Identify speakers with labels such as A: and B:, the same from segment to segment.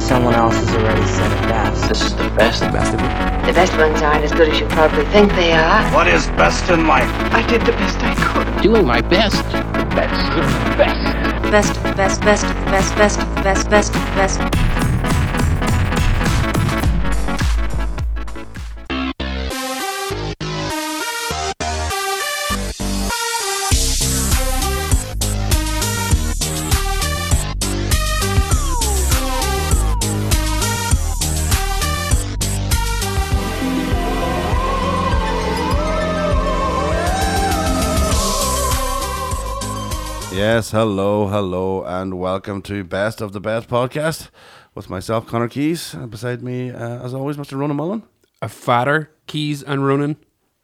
A: someone else has already said it best.
B: This is the best. The best of it.
C: The best ones aren't as good as you probably think they are.
D: What is best in life?
C: I did the best I could.
B: Doing my best. The best. The best.
E: best, best, best, best, best, best, best, best.
F: Yes, hello, hello, and welcome to Best of the Best podcast with myself, Connor Keys, and beside me, uh, as always, Mr. Ronan Mullen.
G: a fatter Keys and Ronan,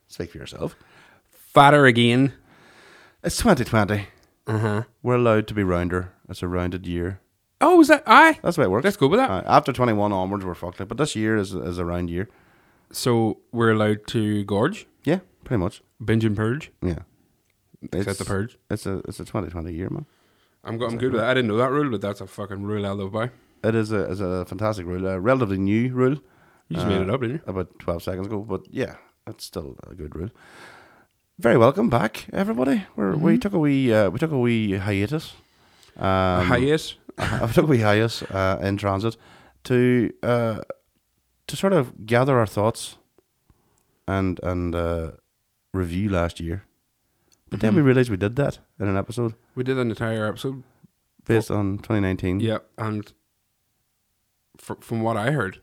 F: Speak for yourself.
G: fatter again.
F: It's 2020. We're allowed to be rounder. It's a rounded year.
G: Oh, is that I?
F: That's the way it works.
G: Let's go with that.
F: Aye, after 21 onwards, we're fucked up, but this year is, is a round year.
G: So we're allowed to gorge,
F: Yeah, pretty much.
G: binge and purge.
F: Yeah. It's,
G: the purge?
F: It's a, it's a 2020 year, man.
G: I'm, go- I'm good with that. I didn't know that rule, but that's a fucking rule I live by.
F: It is a, is a fantastic rule, a relatively new rule.
G: You just made
F: Uh,
G: it up, didn't you?
F: about 12 seconds ago, but yeah, that's still a good rule. Very welcome back, everybody. We're,
G: Mm-hmm.
F: We took a wee uh, we took a wee hiatus. Um,
G: Hi, yes.
F: we took a wee hiatus uh, in transit to uh, to sort of gather our thoughts and and uh, review last year. But
G: Mm-hmm.
F: then we realized we did that in an episode
G: We did an entire episode.
F: based on 2019.
G: Yeah, and fr- from what I heard,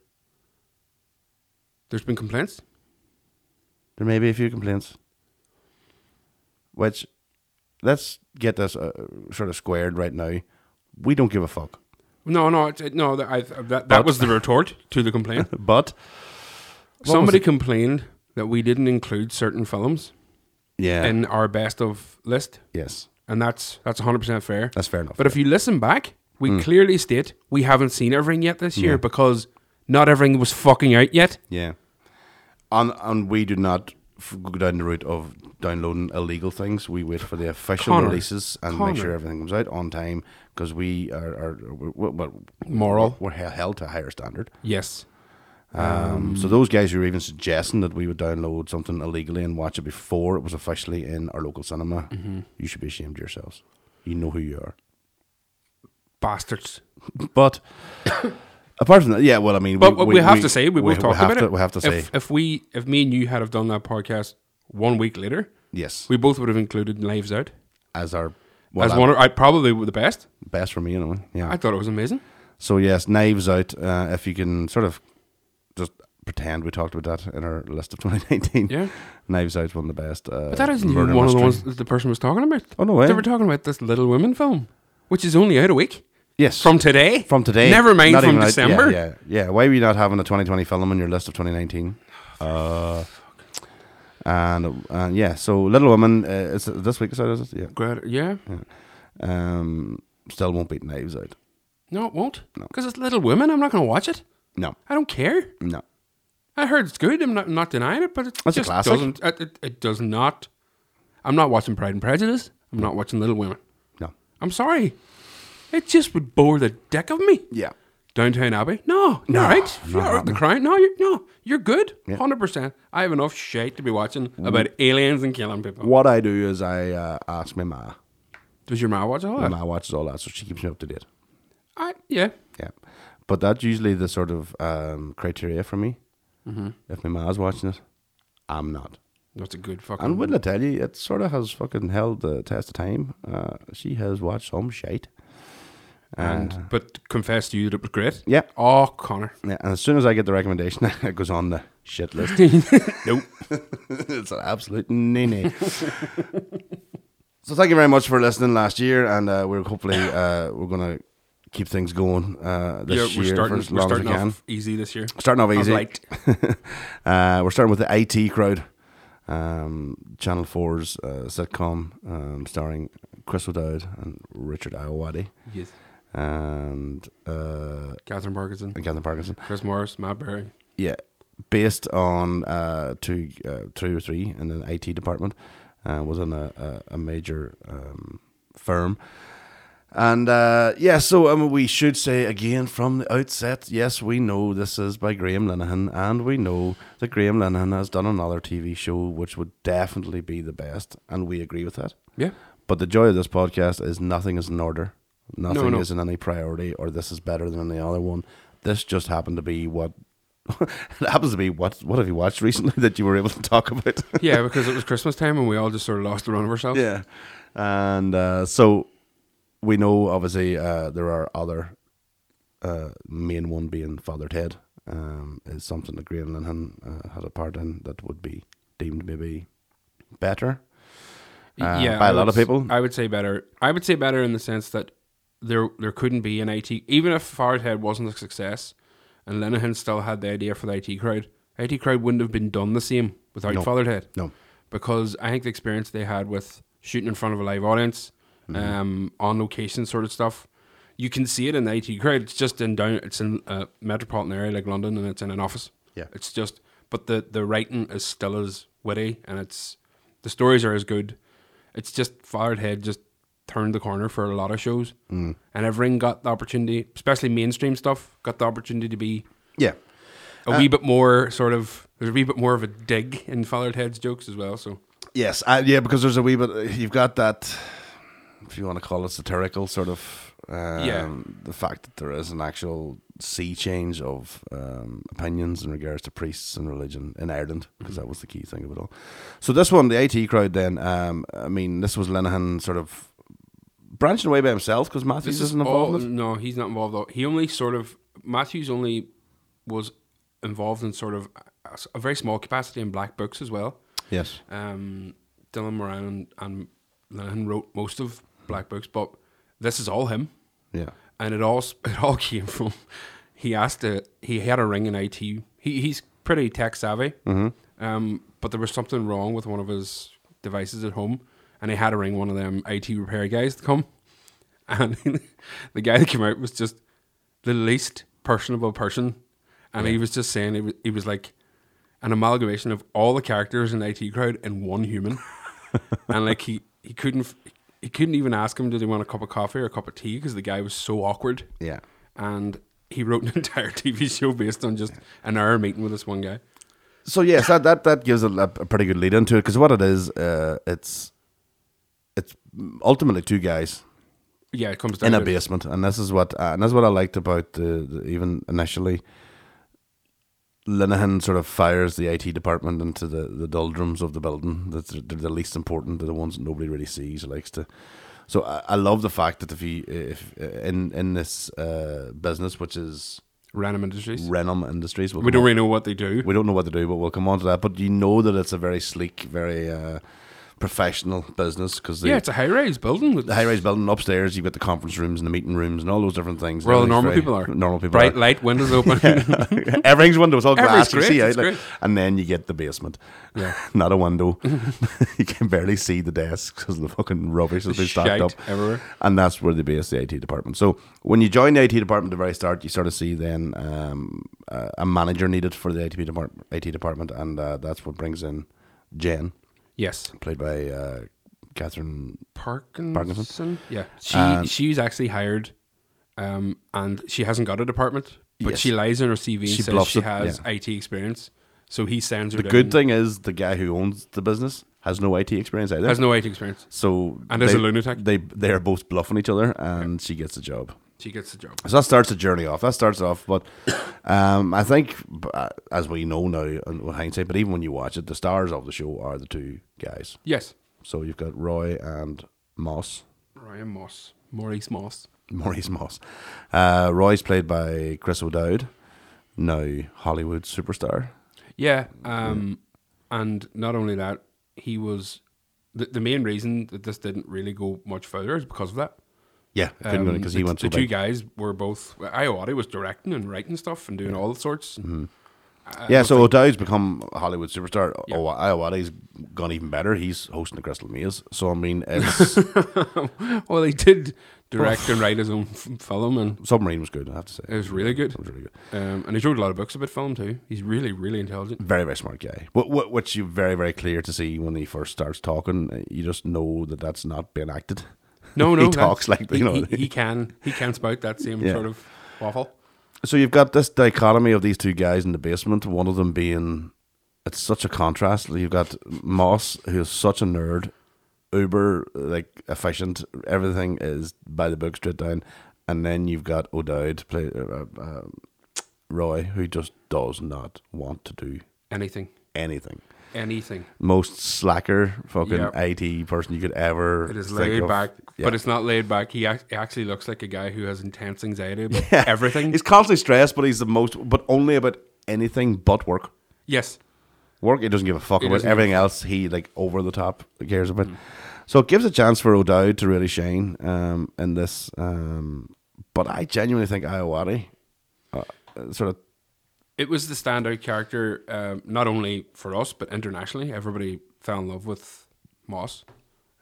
G: there's been complaints.
F: There may be a few complaints. Which, let's get this uh, sort of squared right now. We don't give a fuck.
G: No, no, it's- it, no. That, I, that,
F: But-
G: that was the retort to the complaint.
F: But, was
G: Somebody
F: it?
G: complained that we didn't include certain films
F: yeah.
G: in our best of list.
F: yes,
G: and that's that's 100 percent fair.
F: that's fair enough.
G: But if you listen back, we
F: Hmm.
G: clearly state we haven't seen everything yet this year because not everything was fucking out yet.
F: Yeah. And, and we do not f- go down the route of downloading illegal things. We wait for the official
G: Connor.
F: releases and
G: Connor.
F: make sure everything comes out on time because we are, are we're, we're,
G: Moral.
F: We're he- held to a higher standard.
G: Yes,
F: Um, so those guys who were even suggesting that we would download something illegally and watch it before it was officially in our local cinema,
G: Mm-hmm.
F: you should be ashamed of yourselves. You know who you are.
G: bastards.
F: But apart from that, yeah, well, I mean,
G: But we, have to say we, we've talked
F: have
G: about
F: to,
G: it.
F: We have to say
G: if, if we if me and you had have done that podcast one week later,
F: yes,
G: we both would have included Knives Out
F: as our well,
G: as one. of- I probably were the best.
F: best for me anyway. Yeah.
G: I thought it was amazing.
F: so yes, Knives Out. Uh, if you can sort of just pretend we talked about that in our list of 2019.
G: Yeah.
F: Knives Out's one of the best. Uh,
G: But that isn't
F: murder
G: even one of the
F: mystery.
G: ones that the person was talking about.
F: Oh, no way.
G: They were talking about this Little Women film, which is only out a week
F: Yes,
G: from today.
F: From today.
G: Never mind
F: Not
G: from
F: even out-
G: December.
F: Yeah, yeah, yeah. Why were you not having a 2020 film on your list of 2019?
G: Oh,
F: Uh, and, and yeah, so Little Woman, uh, it's this week, so is it? Yeah.
G: Great- yeah.
F: Um, still won't beat Knives Out.
G: No, it won't. Because it's Little Women. I'm not going to watch it.
F: No,
G: I don't care.
F: no.
G: I heard it's good. I'm not, I'm not denying it, but it
F: That's a
G: just
F: classic.
G: doesn't. It, it, it does not. I'm not watching Pride and Prejudice. I'm not watching Little Women.
F: No.
G: I'm sorry. It just would bore the dick of me.
F: Yeah.
G: Downtown Abbey. No,
F: No,
G: no, right.
F: not
G: You're out the
F: happening.
G: crying. No, you're no. You're good.
F: Yeah. Mm.
G: Hundred percent. I have enough shit to be watching about aliens and killing people.
F: What I do is I uh, ask my ma.
G: Does your ma watch all
F: My
G: that?
F: ma watches all that, so she keeps me up to date.
G: I, yeah.
F: Yeah. But that's usually the sort of um, criteria for me.
G: Mm-hmm.
F: If my ma's watching it, I'm not.
G: That's a good
F: And
G: fucking.
F: wouldn't I tell you, it sort of has fucking held the test of time. Uh, she has watched some shite.
G: And, but confess to you that it was great.
F: uh, Yeah.
G: Oh, Connor.
F: Yeah, and as soon as I get the recommendation, it goes on the shit list.
G: Nope.
F: it's an absolute nay so thank you very much for listening last year, and uh, we're hopefully uh, we're gonna keep things going uh,
G: Yeah,
F: this
G: we're
F: year
G: starting,
F: for as
G: we're
F: long
G: starting
F: as we can.
G: off easy this year.
F: starting off
G: I've
F: easy.
G: liked.
F: uh, we're starting with the IT crowd, um, Channel 4's uh, sitcom um, starring Chris O'Dowd and Richard Iowati
G: Yes.
F: and uh,
G: Catherine Parkinson,
F: and Catherine Parkinson.
G: Chris Morris, Matt Berry.
F: Yeah, based on uh, two, uh, two or three in an IT department, uh, was in a, a, a major um, firm. And uh, yeah, so um, we should say again from the outset, yes, we know this is by Graham Linehan, and we know that Graham Linehan has done another TV show which would definitely be the best, and we agree with that.
G: Yeah.
F: But the joy of this podcast is nothing is in order, nothing
G: no.
F: is in any priority, or this is better than any other one. This just happened to be what it happens to be. What what have you watched recently that you were able to talk about?
G: Yeah, because it was Christmas time and we all just sort of lost the run of ourselves.
F: Yeah. And uh, so we know, obviously, uh, there are other uh, main one being Father Ted um, is something that Graham Linhan uh, had a part in that would be deemed maybe better. Uh, by a
G: a
F: lot of people.
G: I would say better. I would say better in the sense that there there couldn't be an IT even if Farthead wasn't a success and Linehan still had the idea for the IT crowd. IT crowd wouldn't have been done the same without
F: No.
G: Fatherhead.
F: No.
G: Because I think the experience they had with shooting in front of a live audience, um, on location sort of stuff. You can see it in the IT crowd. It's just in down. It's in a metropolitan area like London, and it's in an office.
F: Yeah.
G: It's just, but the the writing is still as witty, and it's the stories are as good. It's just Fired Head just turned the corner for a lot of shows, mm. and everything got the opportunity, especially mainstream stuff, got the opportunity to be
F: Yeah.
G: a wee bit more sort of. There's a wee bit more of a dig in Fired Head's jokes as well. So
F: Yes. I, yeah, because there's a wee bit, you've got that, if you want to call it satirical, sort of. Um,
G: Yeah.
F: The fact that there is an actual sea change of um, opinions in regards to priests and religion in Ireland, because that was the key thing of it all. So this one, the IT crowd, then, um, I mean, this was Linehan sort of branching away by himself because Matthews
G: This is
F: isn't involved
G: all-
F: in it.
G: No, he's not involved. Though. He only sort of Matthews only was involved in sort of a, a very small capacity in Black Books as well.
F: Yes.
G: Um, Dylan Moran and, and Linehan wrote most of Black Books, but this is all him,
F: Yeah.
G: and it all s- it all came from he asked a, he had a ring in IT. He he's pretty tech savvy, um, but there was something wrong with one of his devices at home, and he had to ring one of them IT repair guys to come, and the guy that came out was just the least personable person, and he was just saying he was, he was like an amalgamation of all the characters in IT crowd in one human, and like he he couldn't f- he couldn't even ask him did he want a cup of coffee or a cup of tea because the guy was so awkward.
F: Yeah.
G: and he wrote an entire TV show based on just an hour meeting with this one guy.
F: so yes, that that, that gives a, a pretty good lead into it because what it is, uh, it's it's ultimately two guys
G: Yeah, it comes down
F: in a
G: to-
F: basement, and this is what uh, and that's what I liked about the, the even initially. Linehan sort of fires the IT department into the, the doldrums of the building. That's they're the least important, they're the ones that nobody really sees. or Likes to, so I, I love the fact that if you if in in this uh, business, which is
G: Random Industries.
F: Renom Industries, we'll
G: we
F: come
G: don't
F: on-
G: really know what they do.
F: we don't know what to do, but we'll come on to that. But you know that it's a very sleek, very uh, professional business because
G: yeah, it's a high rise building.
F: the high rise building upstairs, you've got the conference rooms and the meeting rooms and all those different things.
G: where all the
F: Everything's
G: normal
F: very-
G: people are.
F: Normal people
G: Bright
F: are.
G: light, windows open. yeah.
F: Everything's windows, all glass.
G: Everything's
F: You see
G: great,
F: out,
G: it's
F: like,
G: great.
F: and then you get the basement. Not a window. you can barely see the desks because of the fucking rubbish that's been stacked
G: Shite
F: up
G: everywhere.
F: And that's where they base the IT department. So when you join the IT department at the very start, you sort of see then um, uh, a manager needed for the IT department, IT department and uh, that's what brings in Jen,
G: Yes.
F: played by uh, Catherine.
G: Parkinson.
F: Parkinson? Um,
G: Yeah. She
F: And-
G: she's actually hired, um, and she hasn't got a department, but
F: Yes.
G: she lies in her CV and
F: She
G: says
F: bluffs
G: she
F: it,
G: has
F: yeah.
G: IT experience. So he sends her.
F: The good thing is the guy who owns the business has no IT experience either.
G: has no IT experience.
F: So
G: And is
F: they-
G: a lunatic.
F: They they are both bluffing each other, and she gets the job.
G: She gets the job.
F: So that starts the journey off. That starts off, but um, I think b- uh, as we know now in with hindsight, but even when you watch it, the stars of the show are the two guys.
G: Yes.
F: So you've got Roy and Moss,
G: Ryan Moss, Maurice Moss.
F: Maurice Moss. Uh, Roy's played by Chris O'Dowd, now Hollywood superstar.
G: Yeah, um, and not only that, he was the, the main reason that this didn't really go much further is because of that.
F: Yeah, couldn't
G: Um,
F: because he
G: the,
F: went so
G: the two
F: big.
G: guys were both. Iowati was directing and writing stuff and doing all sorts.
F: yeah, so O'Dowd's become a Hollywood superstar.
G: Yeah.
F: Oh, Iowati's gone even better. He's hosting the Crystal Maze. So I mean, it's
G: Well, he did direct
F: Oh.
G: and write his own f- film, and
F: Submarine was good. I have to say,
G: it was really good.
F: It was really good. Mm.
G: Um, and he wrote a lot of books about film too. He's really, really intelligent.
F: Very, very smart guy. What, what, which you very, very clear to see when he first starts talking. You just know that that's not being acted.
G: No, no.
F: He
G: that's-
F: talks like the-
G: he,
F: you know.
G: He, he can. He can spout that same
F: Yeah.
G: sort of waffle.
F: So you've got this dichotomy of these two guys in the basement. One of them being, it's such a contrast. You've got Moss, who's such a nerd, uber like efficient. Everything is by the book, straight down. And then you've got O'Dowd, play uh, uh, Roy, who just does not want to do
G: Anything.
F: anything.
G: Anything.
F: Most slacker fucking
G: Yep.
F: IT person you could ever.
G: It is
F: think
G: laid
F: of.
G: back,
F: Yeah.
G: but it's not laid back. He, ac- he actually looks like a guy who has intense anxiety about
F: Yeah.
G: everything.
F: He's constantly stressed, but he's the most, but only about anything but work.
G: yes.
F: Work, he doesn't give a fuck
G: He
F: about
G: doesn't give a Mm.
F: everything else. He like over the top cares about. So it gives a chance for O'Dowd to really shine um, in this. Um, but I genuinely think Iowati uh, sort of
G: It was the standout character, um, not only for us, but internationally. Everybody fell in love with Moss.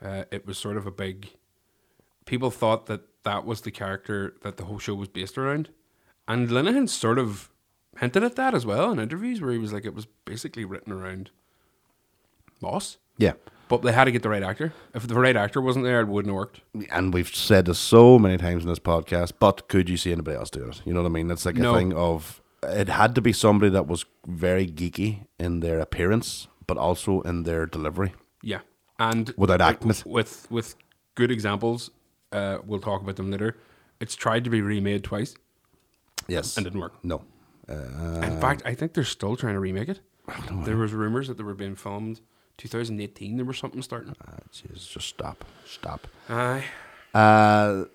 G: Uh, it was sort of a big. People thought that that was the character that the whole show was based around. And Linehan sort of hinted at that as well in interviews where he was like, it was basically written around Moss.
F: yeah.
G: But they had to get the right actor. If the right actor wasn't there, it wouldn't have worked.
F: And we've said this so many times in this podcast, but could you see anybody else doing it? You know what I mean? That's like
G: No.
F: a thing of it had to be somebody that was very geeky in their appearance, but also in their delivery.
G: Yeah, and
F: Without acting it.
G: with with good examples, uh, we'll talk about them later. It's tried to be remade twice
F: Yes,
G: and didn't work.
F: No.
G: In fact, I think they're still trying to remake it. There was rumors that they were being filmed 2018. There was something starting.
F: Jeez, just stop. Stop.
G: Aye,
F: Uh,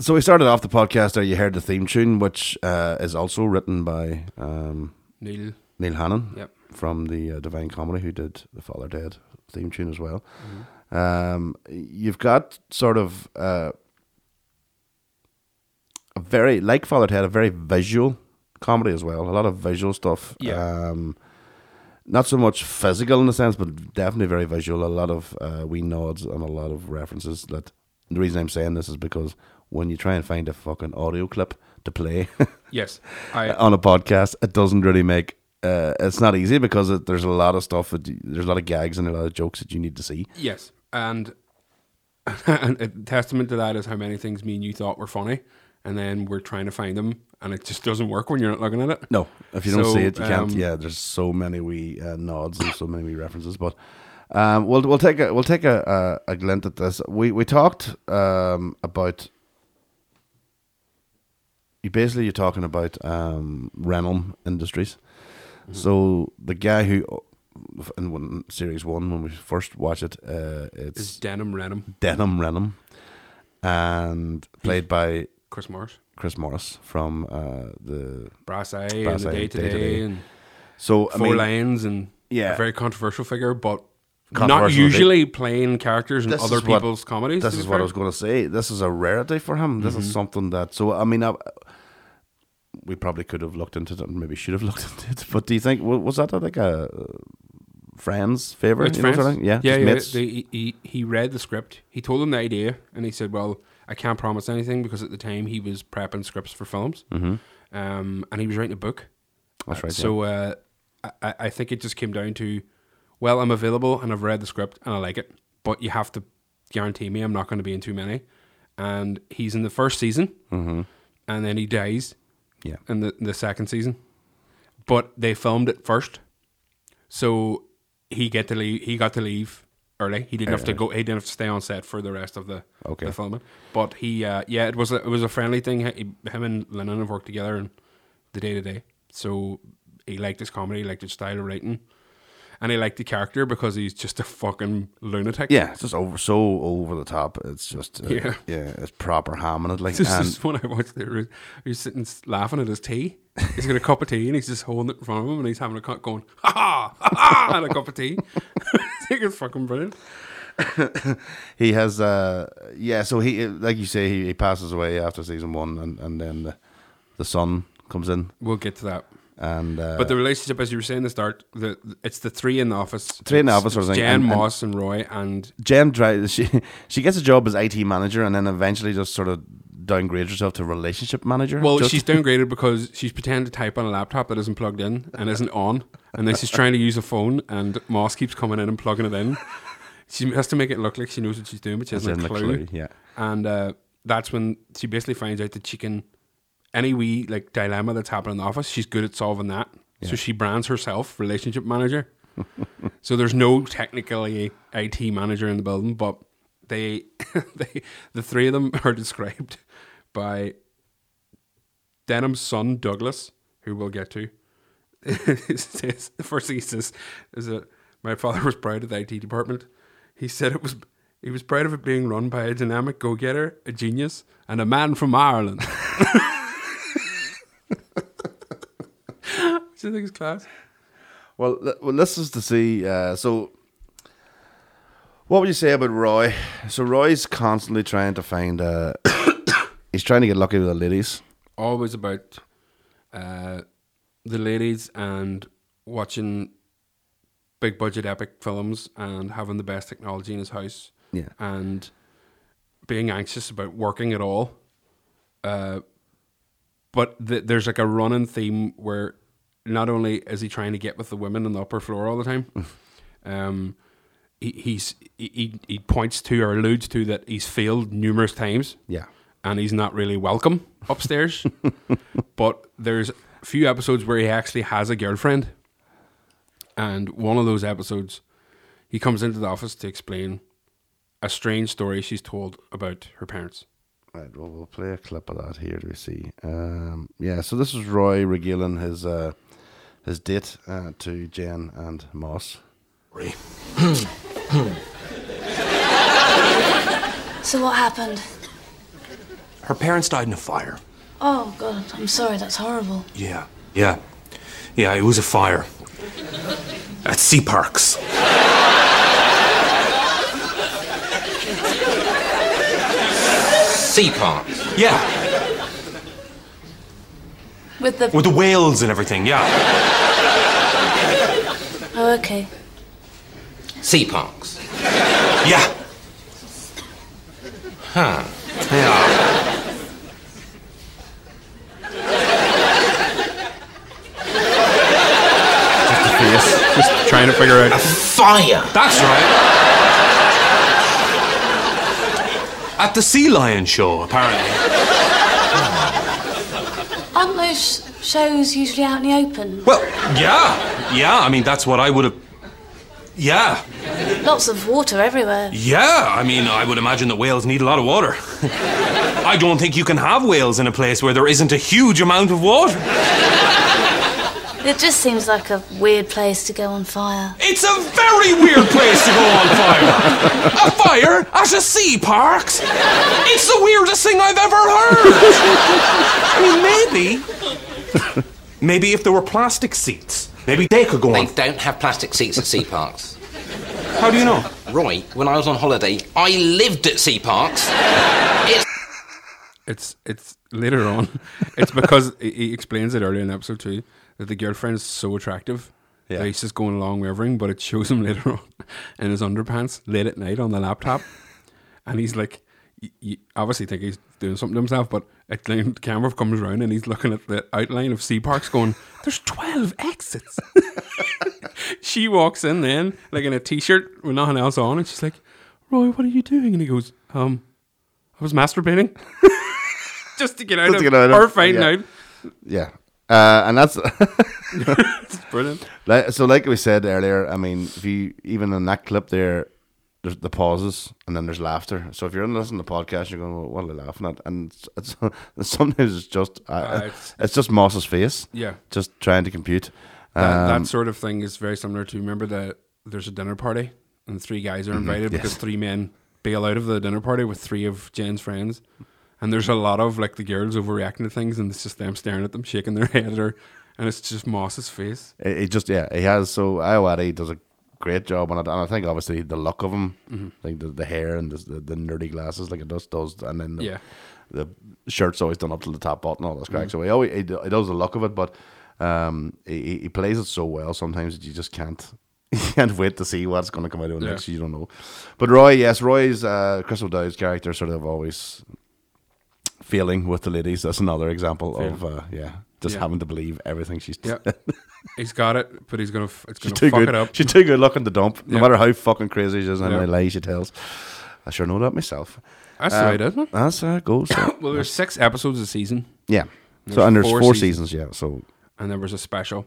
F: so we started off the podcast there. You heard the theme tune, which uh, is also written by um,
G: Neil.
F: Neil Hannon
G: Yep.
F: from the uh, Divine Comedy, who did the Father Dead theme tune as well.
G: Mm-hmm.
F: Um, you've got sort of uh, a very, like Father Dead, a very visual comedy as well. A lot of visual stuff.
G: Yeah.
F: Um, not so much physical in the sense, but definitely very visual. A lot of uh, wee nods and a lot of references. That the reason I'm saying this is because when you try and find a fucking audio clip to play
G: Yes, I
F: on a podcast, it doesn't really make. Uh, it's not easy because it, there's a lot of stuff. That you, there's a lot of gags and a lot of jokes that you need to see.
G: yes, and, and a testament to that is how many things me and you thought were funny, and then we're trying to find them, and it just doesn't work when you're not looking at it.
F: No, if you don't
G: So,
F: see it, you can't.
G: um,
F: Yeah, there's so many wee uh, nods and so many wee references. But um, we'll we'll take a we'll take a, a, a glint at this. We we talked um, about you. Basically, you're talking about um, Realm Industries.
G: Mm-hmm.
F: So the guy who in one, series one when we first watch it, uh, it's
G: Is Denim Renum
F: Denham Renham, and played by
G: Chris Morris?
F: Chris Morris from uh, the.
G: Brass Eye and
F: Brass
G: the
F: Eye,
G: Day to
F: Day to Day.
G: Day and
F: So I
G: Four
F: mean,
G: Lions and
F: Yeah.
G: a very controversial figure, but not
F: Controversial
G: usually playing characters in
F: this
G: other
F: is what-
G: people's comedies.
F: This
G: to be
F: is what I
G: fair. Mm-hmm.
F: was going to say. This is a rarity for him. This is something that. So I mean, I, we probably could have looked into it, and maybe should have looked into it. But do you think wa- was that like a uh, friend's favor?
G: It's
F: You know,
G: friends.
F: sort of thing? yeah,
G: yeah,
F: just
G: yeah.
F: mates?
G: They, he, he- he read the script. He told them the idea, and he said, "Well, I can't promise anything because at the time he was prepping scripts for films, um, and he was writing a book.
F: Mm-hmm. That's right,
G: So uh, I- I, I think it just came down to, well, I'm available and I've read the script and I like it, but you have to guarantee me I'm not going to be in too many. And he's in the first season,
F: Mm-hmm.
G: and then he dies
F: yeah.
G: in the, the second season, but they filmed it first, so he get to leave. He got to leave early. He didn't have to go. He didn't have to stay on set for the rest of the
F: Okay.
G: the filming. But he, uh, yeah, it was a, it was a friendly thing. He- him and Lennon have worked together in the day to day, so he liked his comedy, liked his style of writing, and he liked the character because he's just a fucking lunatic.
F: Yeah, it's just over so over the top. It's just uh, yeah,
G: Yeah.
F: it's proper hamming it like
G: This
F: and-
G: is when I watched there. He's sitting s- laughing at his tea. He's got a cup of tea and he's just holding it in front of him and he's having a cup going, ha ha, ha ha, and a cup of tea. I think it's fucking brilliant.
F: he has uh yeah so he like you say he, he passes away after season one and and then the, the son comes in
G: We'll get to that.
F: and uh,
G: But the relationship, as you were saying at the start, the, it's the three in the office.
F: Three in the
G: It's-
F: office sort of
G: it's
F: thing,
G: Jen,
F: and- and-
G: Moss, and Roy, and
F: Jen tries she she gets a job as IT manager and then eventually just sort of downgrades herself to relationship manager
G: well,
F: just-
G: she's downgraded because she's pretending to type on a laptop that isn't plugged in and isn't on, and then she's trying to use a phone, and Moss keeps coming in and plugging it in. she has to make it look like she knows what she's doing, but she
F: As
G: hasn't
F: in
G: a
F: the clue,
G: clue.
F: yeah.
G: And uh, that's when she basically finds out that she can any wee like dilemma that's happening in the office, she's good at solving that. So she brands herself relationship manager. so there's no technically IT manager in the building, but they they the three of them are described by Denham's son Douglas, who we'll get to, says the first thing he says is that my father was proud of the IT department. He said it was he was proud of it being run by a dynamic go getter, a genius, and a man from Ireland. Which I think is class.
F: Well, th- well, this is to see. Uh, so, what would you say about Roy? So Roy's constantly trying to find. Uh, he's trying to get lucky with the ladies.
G: Always about uh, the ladies and watching big budget epic films and having the best technology in his house.
F: Yeah.
G: and being anxious about working at all. Uh, but th- there's like a running theme where not only is he trying to get with the women on the upper floor all the time, um, he, he's he, he- he points to or alludes to that he's failed numerous times.
F: Yeah.
G: and he's not really welcome upstairs. but there's a few episodes where he actually has a girlfriend, and one of those episodes, he comes into the office to explain a strange story she's told about her parents.
F: Right, well, we'll play a clip of that here to see. Um, yeah, so this is Roy regaling his uh, his date uh, to Jen and Moss.
D: So what happened?
H: Her parents died in a fire.
D: Oh god, I'm sorry, that's horrible.
H: Yeah. Yeah. Yeah, it was a fire. At Sea Parks.
I: Sea Parks.
H: Yeah.
D: With the
H: With the whales and everything, yeah.
D: Oh okay.
I: Sea Parks.
H: Yeah.
I: Huh.
H: Yeah.
G: Just trying to figure out.
I: Fire.
H: That's right. At the Sea Lion show, apparently.
D: Aren't those sh- shows usually out in the open?
H: Well, yeah. Yeah, I mean, that's what I would have. Yeah.
D: Lots of water everywhere.
H: Yeah, I mean, I would imagine that whales need a lot of water. I don't think you can have whales in a place where there isn't a huge amount of water.
D: It just seems like a weird place to go on fire.
H: It's a very weird place to go on fire. A fire at a sea park? It's the weirdest thing I've ever heard. I mean, maybe. Maybe if there were plastic seats, maybe they could go
I: They
H: on.
I: don't have plastic seats at Sea Parks.
H: How do you know?
I: Roy, when I was on holiday, I lived at Sea Parks. It's
G: It's it's later on. It's because he- he explains it earlier in episode two that the girlfriend is so attractive.
F: Yeah.
G: that he's just going along with everything, but it shows him later on in his underpants late at night on the laptop, and he's like, y- you obviously think he's doing something to himself, but it, the camera comes around and he's looking at the outline of Sea Parks, going, "There's twelve exits." she walks in then, like in a t-shirt with nothing else on, and she's like, "Roy, what are you doing?" And he goes, "Um, I was masturbating." Just to get out,
F: Just
G: of,
F: to get out of-
G: her finding
F: yeah.
G: out.
F: Yeah, uh, and that's
G: It's brilliant.
F: like, so. Like we said earlier, I mean, if you even in that clip there, there's the pauses and then there's laughter. So if you're listening to the podcast, you're going, well, "What are they laughing at?" And it's, it's, sometimes it's just uh,
G: it's-
F: it's, just Moss's face.
G: Yeah.
F: just trying to compute.
G: That,
F: Um,
G: that sort of thing is very similar to remember that there's a dinner party and three guys
F: Mm-hmm,
G: are invited because three men bail out of the dinner party with three of Jen's friends. And there's a lot of like the girls overreacting to things and it's just them staring at them, shaking their head or and it's just Moss's face.
F: He he just yeah, he has so Iowati does a great job on it, and I think obviously the look of him,
G: Mm-hmm.
F: like the, the hair and the, the the nerdy glasses, like it just does, and then the,
G: Yeah.
F: the shirt's always done up to the top button, all this crack.
G: Mm-hmm.
F: So he always he, do- he does the look of it, but um, he, he- he plays it so well sometimes that you just can't. You can't wait to see what's going to come out of it
G: Yeah.
F: next. You don't know, but Roy, yes, Roy's uh, Chris O'Dowd's character sort of always failing with the ladies. That's another example of uh, yeah, just
G: Yeah.
F: having to believe everything she's.
G: Yeah, he's got it, but he's gonna f- it's
F: she's
G: gonna
F: too
G: fuck
F: good.
G: it up.
F: She's too good looking to dump. No
G: Yeah.
F: matter how fucking crazy she is and how
G: Yeah.
F: many lies she tells. I sure know that myself.
G: That's
F: Uh,
G: right, isn't it?
F: That's how it goes.
G: Um, Well, there's six episodes a season,
F: yeah.
G: There's
F: So and there's
G: four
F: four,
G: seasons.
F: seasons. Yeah. So
G: and there was a special,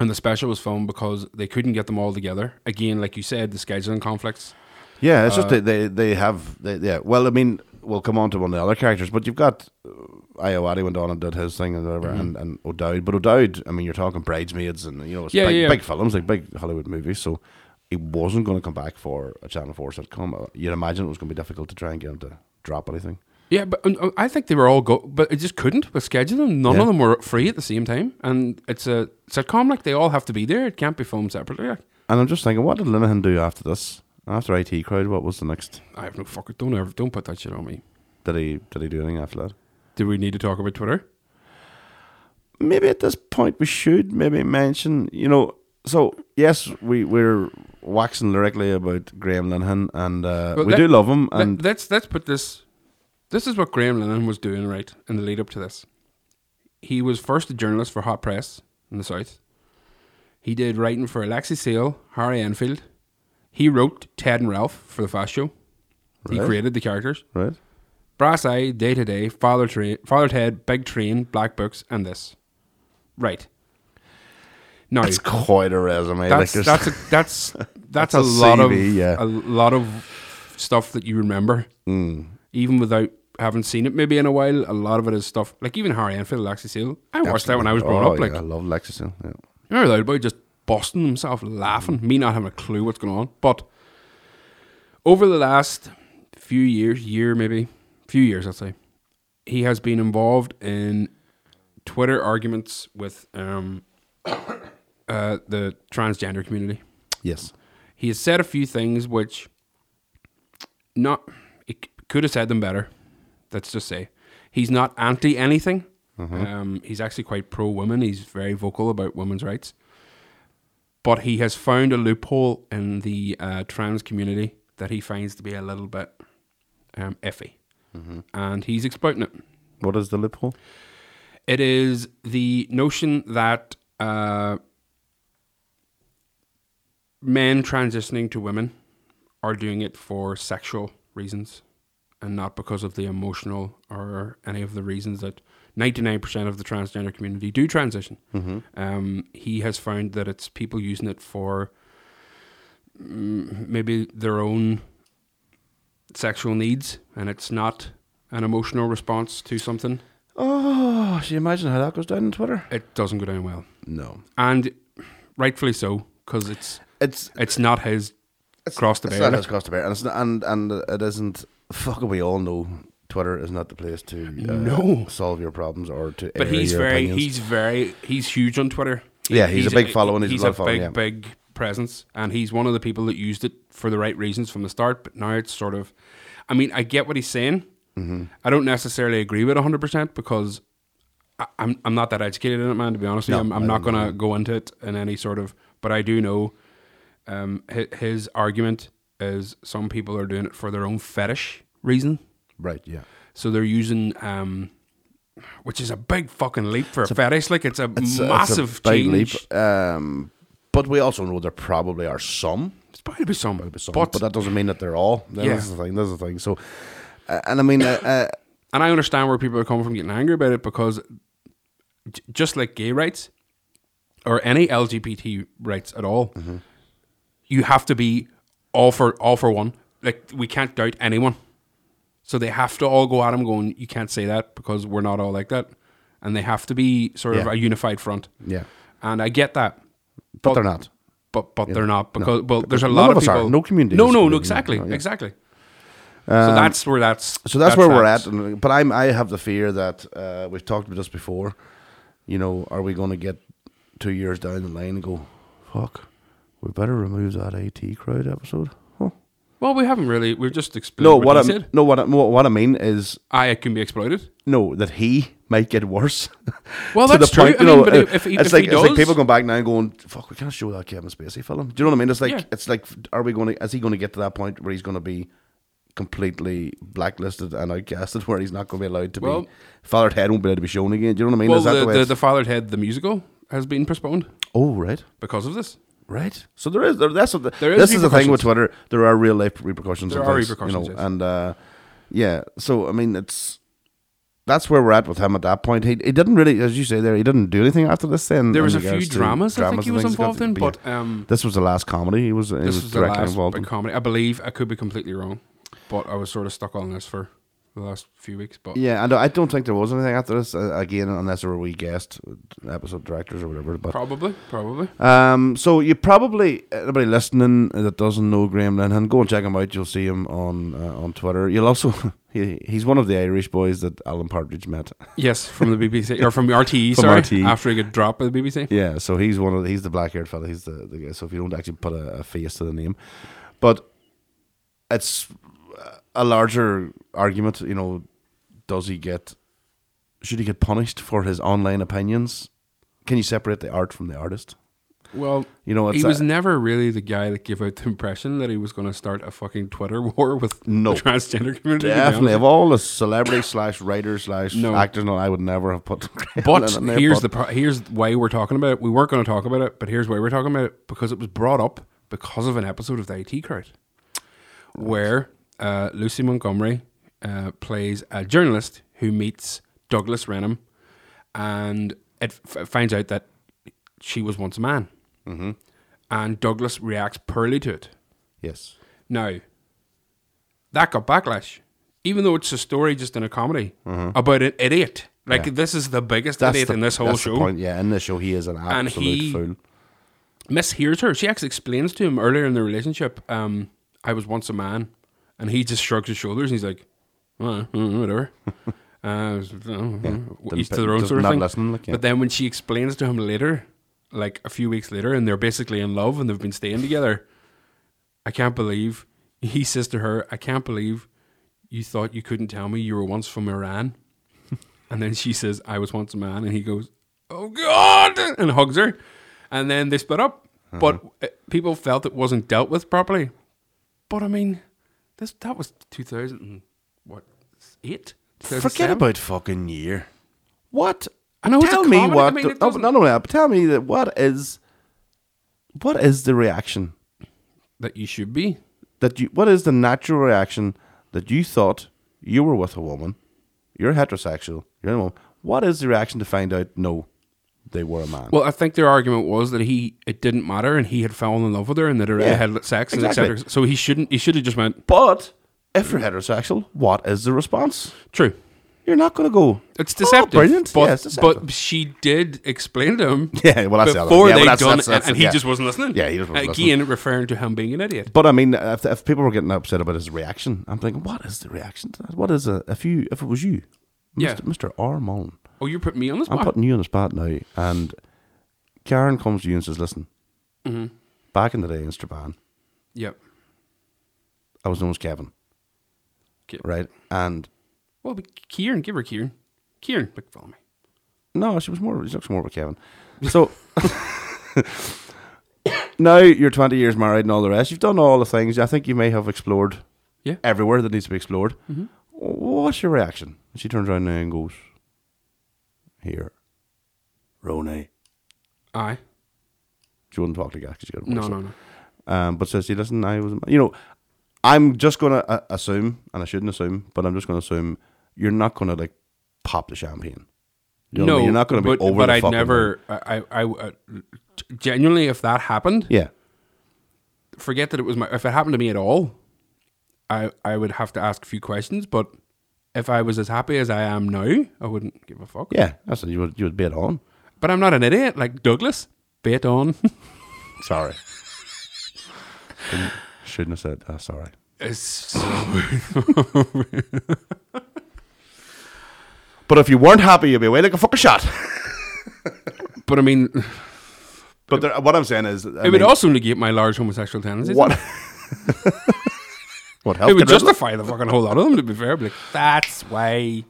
G: and the special was filmed because they couldn't get them all together. Again, like you said, the scheduling conflicts.
F: yeah, it's just they
G: Uh,
F: they, they have they, yeah. Well, I mean, we'll come on to one of the other characters, but you've got uh, Iowati went on and did his thing and
G: Mm-hmm.
F: whatever, and, and O'Dowd. But O'Dowd, I mean, you're talking bridesmaids and you know, it's
G: Yeah,
F: big,
G: yeah.
F: big films like big Hollywood movies. So he wasn't going to come back for a Channel Four sitcom. Uh, You'd imagine it was going to be difficult to try and get him to drop anything.
G: Yeah, but and, uh, I think they were all go, but it just couldn't with scheduling. None
F: Yeah.
G: of them were free at the same time, and it's a sitcom. Like they all have to be there. It can't be filmed separately. Like,
F: And I'm just thinking, what did Linehan do after this? After IT Crowd, what was the next?
G: I have no fucking don't ever don't put that shit on me.
F: Did he did he do anything after that?
G: Do we need to talk about Twitter?
F: maybe at this point we should maybe mention, you know, so yes, we we're waxing lyrically about Graham Linhan, and uh,
G: Well,
F: we
G: that-
F: do love him,
G: Let-
F: and
G: let's let's put this. This is what Graham Lennon was doing right in the lead up to this. He was first a journalist for Hot Press in the South. He did writing for Alexi Sale, Harry Enfield. He wrote Ted and Ralph for the Fast Show. He
F: Right.
G: created the characters.
F: right,
G: Brass Eye, Day to Day, Father Train, Father Ted, Big Train, Black Books, and this. Right. Now
F: it's quite a resume.
G: that's
F: like,
G: that's a, that's that's
F: That's a
G: a, lot of
F: CV, yeah.
G: a lot of stuff that you remember,
F: Hmm.
G: even without having seen it maybe in a while. A lot of it is stuff like even Harry Enfield, Lexi Seal. I watched that when I was growing
F: oh,
G: up. Like
F: yeah, I love Lexington. Yeah.
G: you remember that boy just busting himself laughing, me not having a clue what's going on. But over the last few years, year maybe, few years, I'd say, he has been involved in Twitter arguments with um, uh, the transgender community.
F: Yes,
G: He has said a few things which not it c- could have said them better. Let's just say he's not anti anything. Um, he's actually quite pro women. He's very vocal about women's rights, but he has found a loophole in the uh, trans community that he finds to be a little bit um, iffy, and he's exploiting it.
F: what is the loophole?
G: It is the notion that uh, men transitioning to women are doing it for sexual reasons and not because of the emotional or any of the reasons that 99% of the transgender community do transition. Um, he has found that it's people using it for mm, maybe their own sexual needs and it's not an emotional response to something.
F: Oh, you imagine how that goes down on Twitter?
G: It doesn't go down well,
F: No,
G: and rightfully so, because it's
F: it's
G: it's not his cross to
F: it's
G: bear.
F: not his cross to bear, and it's not, and and it isn't. Fuck, we all know Twitter is not the place to uh,
G: No.
F: solve your problems or to.
G: but
F: air
G: he's
F: your
G: very
F: opinions.
G: he's very he's huge on Twitter.
F: Yeah, he's a big follower and he's a lot
G: a
F: of following,
G: big
F: yeah.
G: big presence, and he's one of the people that used it for the right reasons from the start. But now it's sort of, I mean, I get what he's saying.
F: Mm-hmm.
G: I don't necessarily agree with hundred percent because I, I'm I'm not that educated in it, man. To be honest, with you. I'm, I'm not gonna go into it in any sort of. But I do know, um, his, his argument is some people are doing it for their own fetish reason.
F: right. Yeah.
G: So they're using, um, which is a big fucking leap for a fetish. Like it's a
F: It's a- it's a
G: massive
F: big
G: change.
F: leap. Um, but we also know there probably are some,
G: It's bound to be some,
F: some but,
G: but,
F: that doesn't mean that they're all.
G: Yeah.
F: That's the thing. That's the thing. So, uh, and I mean, uh, uh,
G: and I understand where people are coming from getting angry about it because j- just like gay rights or any LGBT rights at all,
F: Mm-hmm.
G: you have to be all for all for one. Like we can't doubt anyone, so they have to all go at him going, "You can't say that because we're not all like that," and they have to be sort of
F: Yeah.
G: a unified front.
F: Yeah.
G: and I get that,
F: but they're not.
G: But but they're not because well, there's a
F: None
G: lot
F: of
G: of
F: us are.
G: people.
F: No community
G: No,
F: is
G: no, no.
F: community.
G: Exactly,
F: No, yeah. Um,
G: exactly. so that's where that's.
F: So that's, where we're
G: that.
F: at. And, but I'm, I have the fear that uh, we've talked about this before. You know, are we going to get two years down the line and go, fuck, we better remove that AT crowd episode? Huh.
G: Well, we haven't really. We've just explained.
F: No,
G: what,
F: what
G: he
F: I
G: said.
F: no what I, what I mean is
G: I it can be exploited.
F: no, that he might get worse.
G: Well,
F: To
G: that's
F: the point,
G: true. I
F: you know,
G: mean, but
F: uh,
G: if- if he-
F: it's
G: if
F: like
G: he
F: it's like
G: does-
F: people going back now and going, "Fuck, we can't show that Kevin Spacey film." Do you know what I mean? It's like
G: Yeah.
F: it's like, are we going to? Is he going to get to that point where he's going to be completely blacklisted and outcasted, where he's not going to be allowed to
G: Well-
F: be fathered head won't be allowed to be shown again. Do you know what I mean?
G: well,
F: Is that
G: the,
F: the way
G: the,
F: it's-
G: the Fathered Head, the musical, has been postponed
F: oh right,
G: because of this.
F: right. So there is there, that's what the,
G: There is
F: this is the thing with
G: repercussions.
F: Twitter. There are real life repercussions.
G: There
F: and
G: are
F: things,
G: repercussions,
F: you know,
G: yes.
F: and uh, yeah. So I mean, it's that's where we're at with him at that point. He he didn't really, as you say there, he didn't do anything after this. Then
G: There was
F: in
G: a few
F: regards to
G: dramas, I think he
F: and
G: was
F: things got-
G: involved in, but um,
F: This was the last comedy he was. He
G: this
F: was,
G: was the
F: directly
G: last
F: involved. in.
G: big comedy. I believe I could be completely wrong, but I was sort of stuck on this for the last few weeks. But
F: Yeah, and I don't think there was anything after this uh, again, unless there were we guest uh, episode directors or whatever. But
G: probably, probably.
F: um, so you probably anybody listening that doesn't know Graham Linhan, go and check him out. You'll see him on uh, on Twitter. You'll also he, he's one of the Irish boys that Alan Partridge met.
G: Yes, from the BBC or from RTE.
F: From
G: sorry,
F: RTE.
G: after he got dropped by the BBC.
F: Yeah, so he's one of the, he's the black haired fella. He's the, the guy. So if you don't actually put a, a face to the name, but it's a larger argument. You know, does he get should he get punished for his online opinions? Can you separate the art from the artist?
G: Well,
F: You know, it's
G: he was
F: a-
G: never really the guy that gave out the impression that he was going to start a fucking Twitter war with
F: No.
G: the transgender community. to be
F: Definitely,
G: honest.
F: of all the celebrities slash writers slash
G: No.
F: actors, no, I would never have put.
G: But
F: Glenn in there,
G: here's
F: but-
G: the pro- here's why we're talking about it. We weren't going to talk about it, but here's why we're talking about it because it was brought up because of an episode of the IT Crowd, where uh, Lucy Montgomery uh, plays a journalist who meets Douglas Renham, and it f- finds out that she was once a man, mm-hmm. and Douglas reacts poorly to it.
F: yes,
G: Now, that got backlash, even though it's a story just in a comedy about an idiot. Like this is the biggest idiot in this whole
F: Mm-hmm. that's the
G: show.
F: point. Yeah, in this show, he is an
G: And
F: absolute
G: he-
F: fool.
G: mishears her. She actually explains to him earlier in their relationship, um, I was once a man. And he just shrugs his shoulders and he's like, "Oh, mm, whatever. uh,
F: Yeah,
G: each to
F: didn't-
G: their own
F: just
G: sort of
F: not
G: thing.
F: listening, like, yeah.
G: But then when she explains to him later, like a few weeks later, and they're basically in love and they've been staying together, I can't believe he says to her, I can't believe you thought you couldn't tell me you were once from Iran. And then she says, I was once a man. And he goes, Oh, God. And hugs her. And then they split up.
F: Uh-huh.
G: But uh, people felt it wasn't dealt with properly. But I mean, this that was 2000, and what, eight?
F: Forget about fucking year. What?
G: I know it's a
F: tell me
G: comedy. I
F: what.
G: mean,
F: the-
G: it
F: no,
G: doesn't-
F: no, no, no, but Tell me that what is, what is the reaction
G: That you should be.
F: that you? What is the natural reaction that you thought you were with a woman? You're heterosexual. You're a woman. What is the reaction to find out? No, they were a man.
G: Well, I think their argument was that he it didn't matter and he had fallen in love with her and that they
F: Yeah,
G: had sex and
F: exactly.
G: etc. So he shouldn't. He should have just went
F: but if you're heterosexual, what is the response?
G: true.
F: You're not going to go.
G: It's
F: "Oh,
G: deceptive.
F: brilliant.
G: But,
F: yeah, it's deceptive.
G: but she did explain to him.
F: Yeah, well, that's the other
G: before
F: one. Yeah,
G: they
F: well, that's-
G: done
F: that's-
G: it,
F: that's-
G: and he
F: yeah.
G: just wasn't listening.
F: Yeah, he just wasn't
G: Again,
F: listening.
G: referring to him being an idiot.
F: But I mean, if, if people were getting upset about his reaction, I'm thinking, what is the reaction to that? What is a if you if it was you,
G: Yeah.
F: Mr. Mr. R. Mullen?
G: Oh, you're putting me on the spot.
F: I'm putting you on the spot now, and Karen comes to you and says, "Listen,
G: Mm-hmm.
F: back in the day in Strabane,
G: yep.
F: I was known as Kevin,
G: Okay.
F: right? And
G: Well, but Kieran, give her Kieran. Kieran, like, follow me.
F: no, she was more. She looks more of a Kevin. So." Now you're 20 years married and all the rest. You've done all the things. I think you may have explored
G: Yeah.
F: everywhere that needs to be explored.
G: Mm-hmm.
F: What's your reaction? And she turns around now and goes, "Here, Rony."
G: Aye.
F: She wouldn't talk to guys because she got a
G: No,
F: voice
G: no,
F: up.
G: no.
F: Um, but says, "See, listen, I was, you know, I'm just gonna uh, assume, and I shouldn't assume, but I'm just gonna assume you're not gonna like pop the champagne. You know what I mean? you're not gonna be
G: but,
F: over
G: But
F: the
G: I'd
F: fucking
G: never. I, I, I- uh, genuinely, if that happened,
F: moon. yeah,
G: forget that it was my. If it happened to me at all, I, I would have to ask a few questions. But if I was as happy as I am now, I wouldn't give a fuck.
F: yeah. That's what you would you would bet on.
G: But I'm not an idiot like Douglas. Bet on.
F: Sorry, Shouldn't- shouldn't have said. Uh, sorry.
G: It's so-
F: But if you weren't happy, you'd be away like a fucking shot.
G: but I mean, it
F: But there, what I'm saying is, I
G: would
F: mean,
G: also negate my large homosexual tendencies.
F: what what helped
G: It would
F: get rid of
G: justify the fucking whole lot of them, to be fair. But like, that's why.
F: it?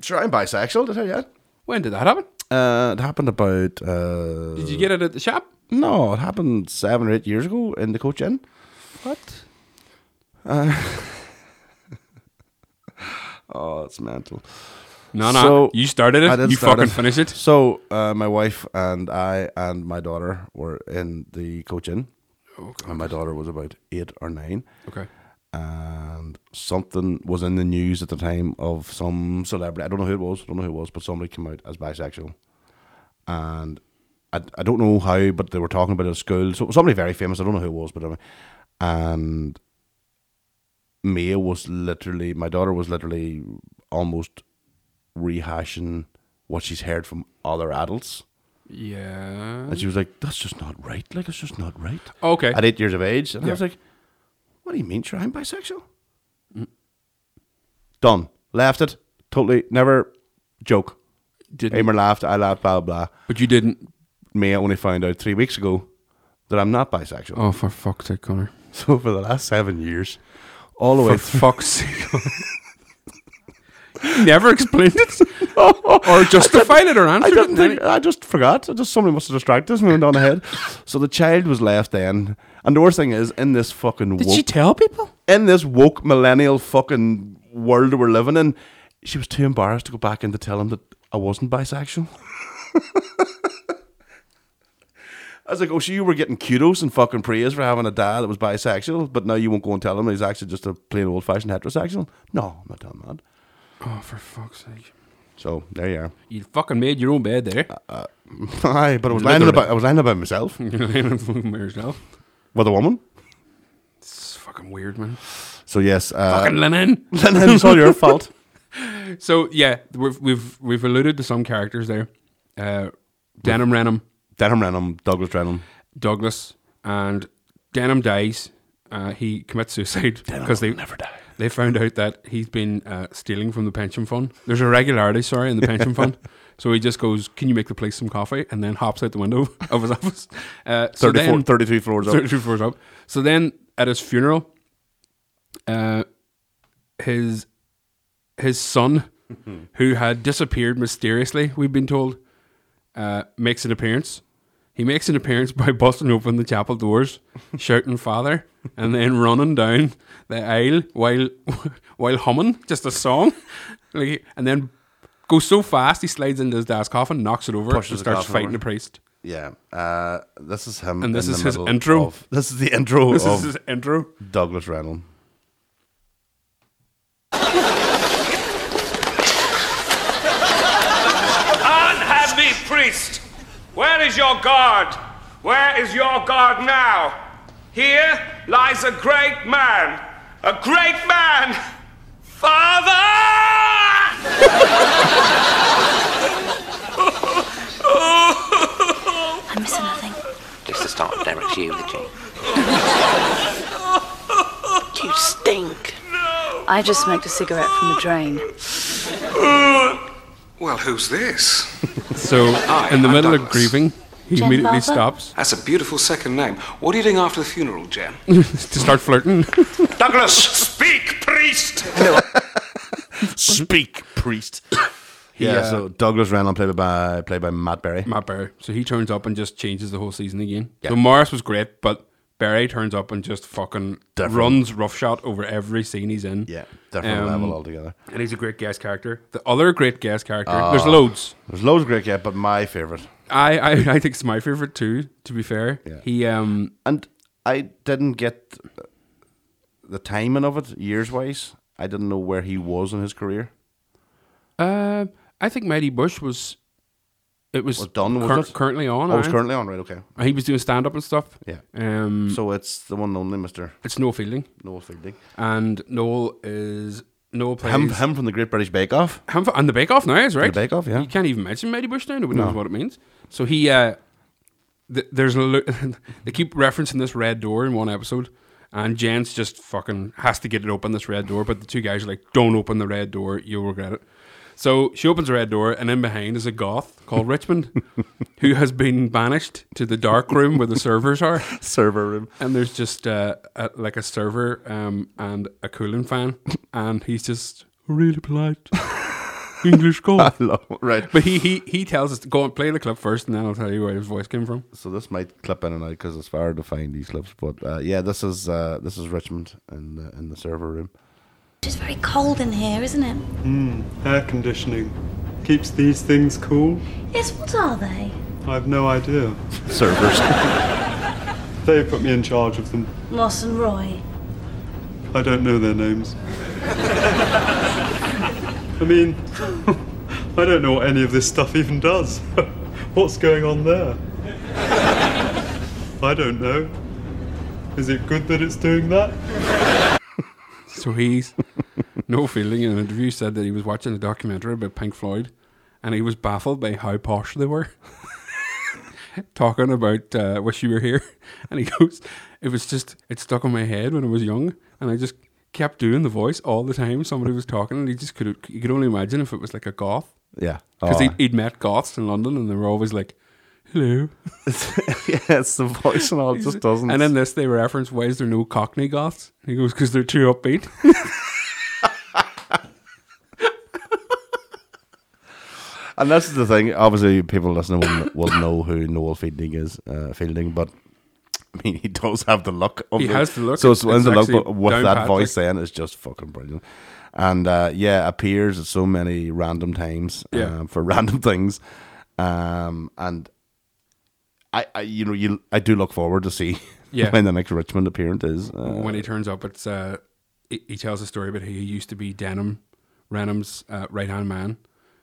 F: Sure, I'm bisexual. Did I tell you
G: When did that happen?
F: that? Uh, it happened about. Uh,
G: Did you get it at the shop?
F: No, it happened Uh, seven or eight years ago in the coach inn.
G: What?
F: Oh, it's mental.
G: No, no. you started it.
F: I did
G: you
F: start
G: fucking finish it.
F: So uh, my wife and I and my daughter were in the coach in,
G: Oh,
F: and my daughter was about eight or nine,
G: Okay.
F: and something was in the news at the time of some celebrity. I don't know who it was. I don't know who it was, but somebody came out as bisexual, and I, I don't know how, but they were talking about it at school. So somebody very famous. I don't know who it was, but I mean, and Mia was literally my daughter was literally almost rehashing what she's heard from other adults.
G: Yeah.
F: And she was like, That's just not right. Like it's just not right.
G: Okay.
F: At eight years of age. And I
G: Yeah.
F: was like, What do you mean, sure I'm bisexual? Mm. Done. Left it. Totally never joke.
G: Didn't-
F: Amer laughed, I laughed, blah blah.
G: But you didn't.
F: Mia only found out three weeks ago that I'm not bisexual.
G: Oh, for fuck's sake, Connor.
F: So for the last seven years, all the way
G: For
F: through
G: fuck's sake. You Never explained it or justified it or
F: I
G: answered it.
F: didn't
G: in any-
F: think. I just forgot. I just somebody must have distracted us and went on ahead. So the child was left then, and the worst thing is, in this fucking
G: Did
F: woke,
G: she tell people?
F: in this woke millennial fucking world we're living in, she was too embarrassed to go back in to tell him that I wasn't bisexual. I was like, oh, so you were getting kudos and fucking praise for having a dad that was bisexual, but now you won't go and tell him he's actually just a plain old fashioned heterosexual? No, I'm not telling that.
G: Oh, for fuck's sake.
F: So there you are.
G: You fucking made your own bed there.
F: Aye, but I was
G: Look
F: lying
G: at
F: about I was lying about myself
G: You're laying in fucking by yourself.
F: with a woman.
G: It's fucking weird, man.
F: So yes, uh,
G: fucking linen.
F: then it's all your fault.
G: So yeah, we've we've we've alluded to some characters there. Uh, Denham Renham,
F: Denham Renham, Douglas Renham.
G: Douglas, and Denham dies. Uh, he commits suicide because they never die. They found out that he's been uh, stealing from the pension fund. There's irregularity, sorry, in the pension fund. So he just goes, "Can you make the police some coffee?" and then hops out the window of his office. Uh, so
F: 34,
G: then-
F: 33 floors up.
G: 33 floors up. So then at his funeral, uh, his his son,
F: Mm-hmm.
G: who had disappeared mysteriously, we've been told, uh, makes an appearance. He makes an appearance by busting open the chapel doors, shouting "Father," and then running down the aisle while while humming just a song, like, and then goes so fast he slides into his dad's coffin, knocks it over,
F: Pushes
G: and
F: the
G: starts
F: coffin
G: fighting
F: over.
G: the priest.
F: Yeah, uh, this is him,
G: And this
F: in
G: is
F: the
G: his
F: middle
G: intro?
F: of- this is the intro
G: This
F: of
G: is his intro.
F: Douglas Renham.
J: Unhappy priest, where is your God? Where is your God now? Here lies a great man, a great man, Father!
D: I'm missing nothing.
B: Just the start of Derek's eulogy.
K: You stink.
E: I just smoked a cigarette from a drain.
J: Uh, Well, who's this?
G: So,
J: Hi,
G: in the
J: I'm
G: middle of
J: Douglas.
G: grieving, he
D: Jen
G: immediately
D: Barber?
G: stops
J: That's a beautiful second name. What are you doing after the funeral, Jen?
G: to start flirting.
J: Douglas, speak, priest!
F: Speak, priest. yeah,
G: uh,
F: so Douglas Renham played by played by Matt Berry.
G: Matt Berry. So he turns up and just changes the whole season again. So Morris was great, but Barry turns up and just fucking
F: Different.
G: runs roughshod over every scene he's in.
F: yeah, different
G: Um,
F: level altogether.
G: And he's a great guest character. The other great guest character,
F: Ah.
G: there's loads.
F: There's loads of great, yeah, but my favorite,
G: I, I, I think it's my favorite too. To be fair,
F: Yeah.
G: he um
F: and I didn't get the timing of it years wise. I didn't know where he was in his career.
G: uh I think Mighty Bush was it was,
F: Was done, was it?
G: currently on.
F: I was
G: aye?
F: currently on, right? Okay,
G: he was doing stand up and stuff.
F: Yeah.
G: Um,
F: so it's the one and only Mister
G: it's no feeling.
F: Noel Fielding.
G: and Noel is Noel plays
F: Him, him from the Great British Bake Off.
G: him for- and the Bake Off now is right.
F: Bake Off, yeah.
G: You can't even mention Mighty Bush now. Nobody
F: No.
G: knows what it means. So he, uh, th- there's a lo- they keep referencing this red door in one episode, and Jen's just fucking has to get it open this red door. But the two guys are like, "Don't open the red door. You'll regret it." So she opens the red door, and in behind is a goth called Richmond, who has been banished to the dark room where the servers are
F: Server room.
G: and there's just uh, a, like a server um, and a cooling fan, and he's just really polite English guy.
F: right.
G: But he, he he tells us to go and play the clip first, and then I'll tell you where his voice came from.
F: So this might clip in and out because it's hard to find these clips. But uh, yeah, this is uh, this is Richmond in the, in the server room.
D: It's very cold in here, isn't it?
L: Hmm, air conditioning. Keeps these things cool?
D: Yes, what are they?
L: I've no idea.
F: Servers.
L: they put me in charge of them.
D: Moss and Roy.
L: I don't know their names. I mean, I don't know what any of this stuff even does. What's going on there? I don't know. Is it good that it's doing that?
G: So he's no feeling in an interview said that he was watching a documentary about Pink Floyd, and he was baffled by how posh they were. Talking about uh, "Wish You Were Here," and he goes, "It was just it stuck on my head when I was young, and I just kept doing the voice all the time. Somebody was talking, and he just could you could only imagine if it was like a goth,
F: Yeah.
G: because
F: Oh,
G: he'd, he'd met goths in London, and they were always like." Hello.
F: yeah, it's the voice and all. It just doesn't.
G: And in this, they reference why is there no Cockney goths? And he goes, because they're too upbeat.
F: And this is the thing. Obviously, people listening will, will know who Noel Fielding is. Uh, Fielding, but I mean, he does have the look. Of
G: He
F: the,
G: has the look.
F: So it's,
G: It's
F: in the look,
G: actually
F: but with
G: down
F: that
G: pat,
F: voice saying it's just fucking brilliant. And uh, yeah, appears at so many random times
G: Yeah.
F: um, for random things. Um, and I, I, you know, you I do look forward to see
G: Yeah.
F: when the next Richmond appearance is. Uh,
G: when he turns up, it's uh, he, he tells a story about how he used to be Denham, Renham's uh, right hand man,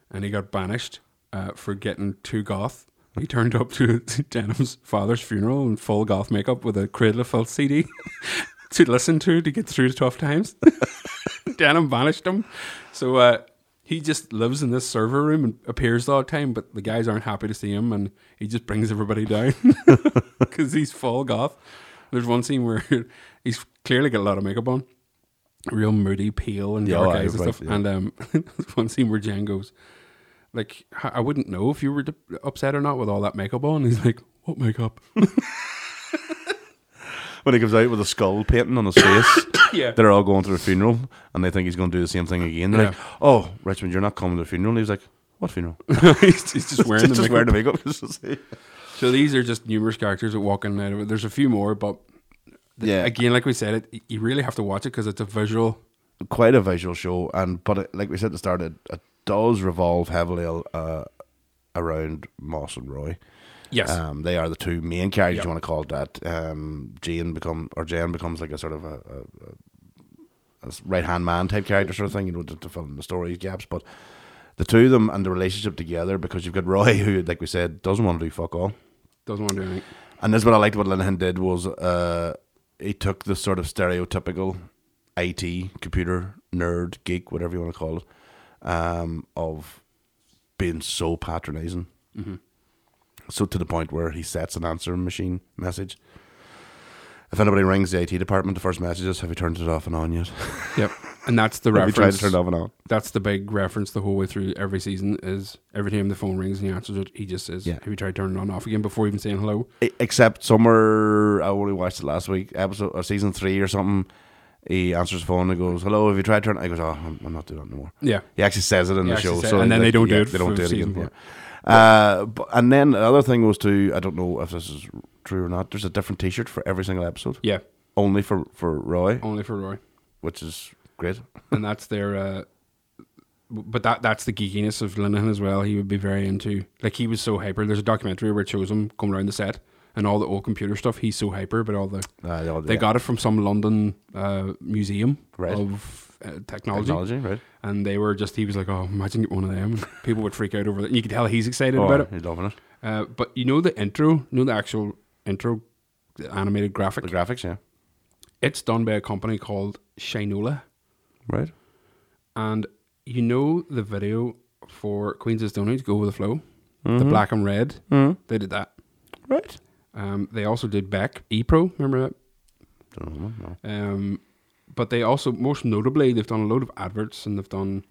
G: and he got banished uh, for getting too goth. He turned up to Denham's father's funeral in full goth makeup with a Cradle of Filth CD to listen to to get through the tough times. Denham banished him, so uh, he just lives in this server room and appears all the time. But the guys aren't happy to see him, and he just brings everybody down because he's full goth. There's one scene where he's clearly got a lot of makeup on, real moody, pale, and
F: Yeah,
G: dark
F: oh,
G: eyes and
F: right,
G: stuff.
F: yeah.
G: And um, there's one scene where Jen goes, like, "I- I wouldn't know if you were d- upset or not with all that makeup on. He's like, what makeup?
F: when he comes out with a skull painting on his face,
G: Yeah.
F: they're all going to the funeral and they think he's going to do the same thing again. They're like,
G: Yeah.
F: "Oh, Richmond, you're not coming to the funeral." And he was like, "What funeral?"
G: he's, he's just wearing the
F: just
G: makeup.
F: wearing the makeup. Just to say.
G: So these are just numerous characters that walk in and out of it. There's a few more, but th-
F: Yeah.
G: again, like we said, it you really have to watch it because it's a visual.
F: Quite a visual show, and but it, like we said at the start, it, it does revolve heavily uh, around Moss and Roy.
G: Yes.
F: um, they are the two main characters.
G: Yep.
F: You want to call it that? Um, Jane become or Jan becomes like a sort of a, a- a right hand man type character sort of thing, you know, to, to fill in the story gaps. But the two of them and the relationship together, because you've got Roy, who, like we said, doesn't want to do fuck all.
G: Doesn't want to do anything.
F: And this is what I liked what Linehan did was uh, he took the sort of stereotypical IT computer nerd geek, whatever you want to call it, um, of being so patronizing.
G: Mhm.
F: So to the point where he sets an answer machine message. If anybody rings the IT department, the first message is, "Have you turned it off and on yet?"
G: Yep. And that's the
F: Have you
G: reference.
F: tried to turn it off and on?
G: That's the big reference the whole way through every season is every time the phone rings and he answers it, he just says,
F: Yeah.
G: Have you tried turning it on and off again before even saying hello?
F: E- except somewhere I only watched it last week, episode or season three or something. He answers the phone and goes, "Hello, have you tried turning?" I goes, "Oh, I'm, I'm not doing it anymore."
G: Yeah.
F: he actually says it in
G: He
F: the
G: actually
F: show,
G: said-
F: so
G: and then
F: like,
G: they don't do
F: yeah,
G: it
F: They don't
G: for
F: do it
G: season
F: again.
G: four.
F: yeah. Uh, but, and then the other thing was to I don't know if this is true or not. There's a different T-shirt for every single episode.
G: Yeah. Oh.
F: only for for Roy,
G: Only for Roy.
F: which is great.
G: and that's their uh but that that's the geekiness of Linehan as well. He would be very into like he was so hyper. There's a documentary where it shows him coming around the set and all the old computer stuff. He's so hyper, but all the
F: Ah, yeah,
G: they
F: yeah.
G: got it from some London uh, museum
F: Right.
G: of uh, technology.
F: Technology, right.
G: And they were just he was like, oh, imagine get one of them. People would freak out over that. You could tell he's excited
F: Oh,
G: about it.
F: he's loving it.
G: Uh, but you know the intro, you know the actual intro, the animated graphic. The
F: graphics, yeah.
G: It's done by a company called Shinola.
F: Right.
G: And you know the video for Queens of Stone Age, Go With The Flow, the
F: Mhm.
G: black and red.
F: Mhm.
G: They did that.
F: Right.
G: Um, they also did Beck E Pro. Remember that?
F: Don't know. No.
G: Um, but they also, most notably, they've done a load of adverts and they've done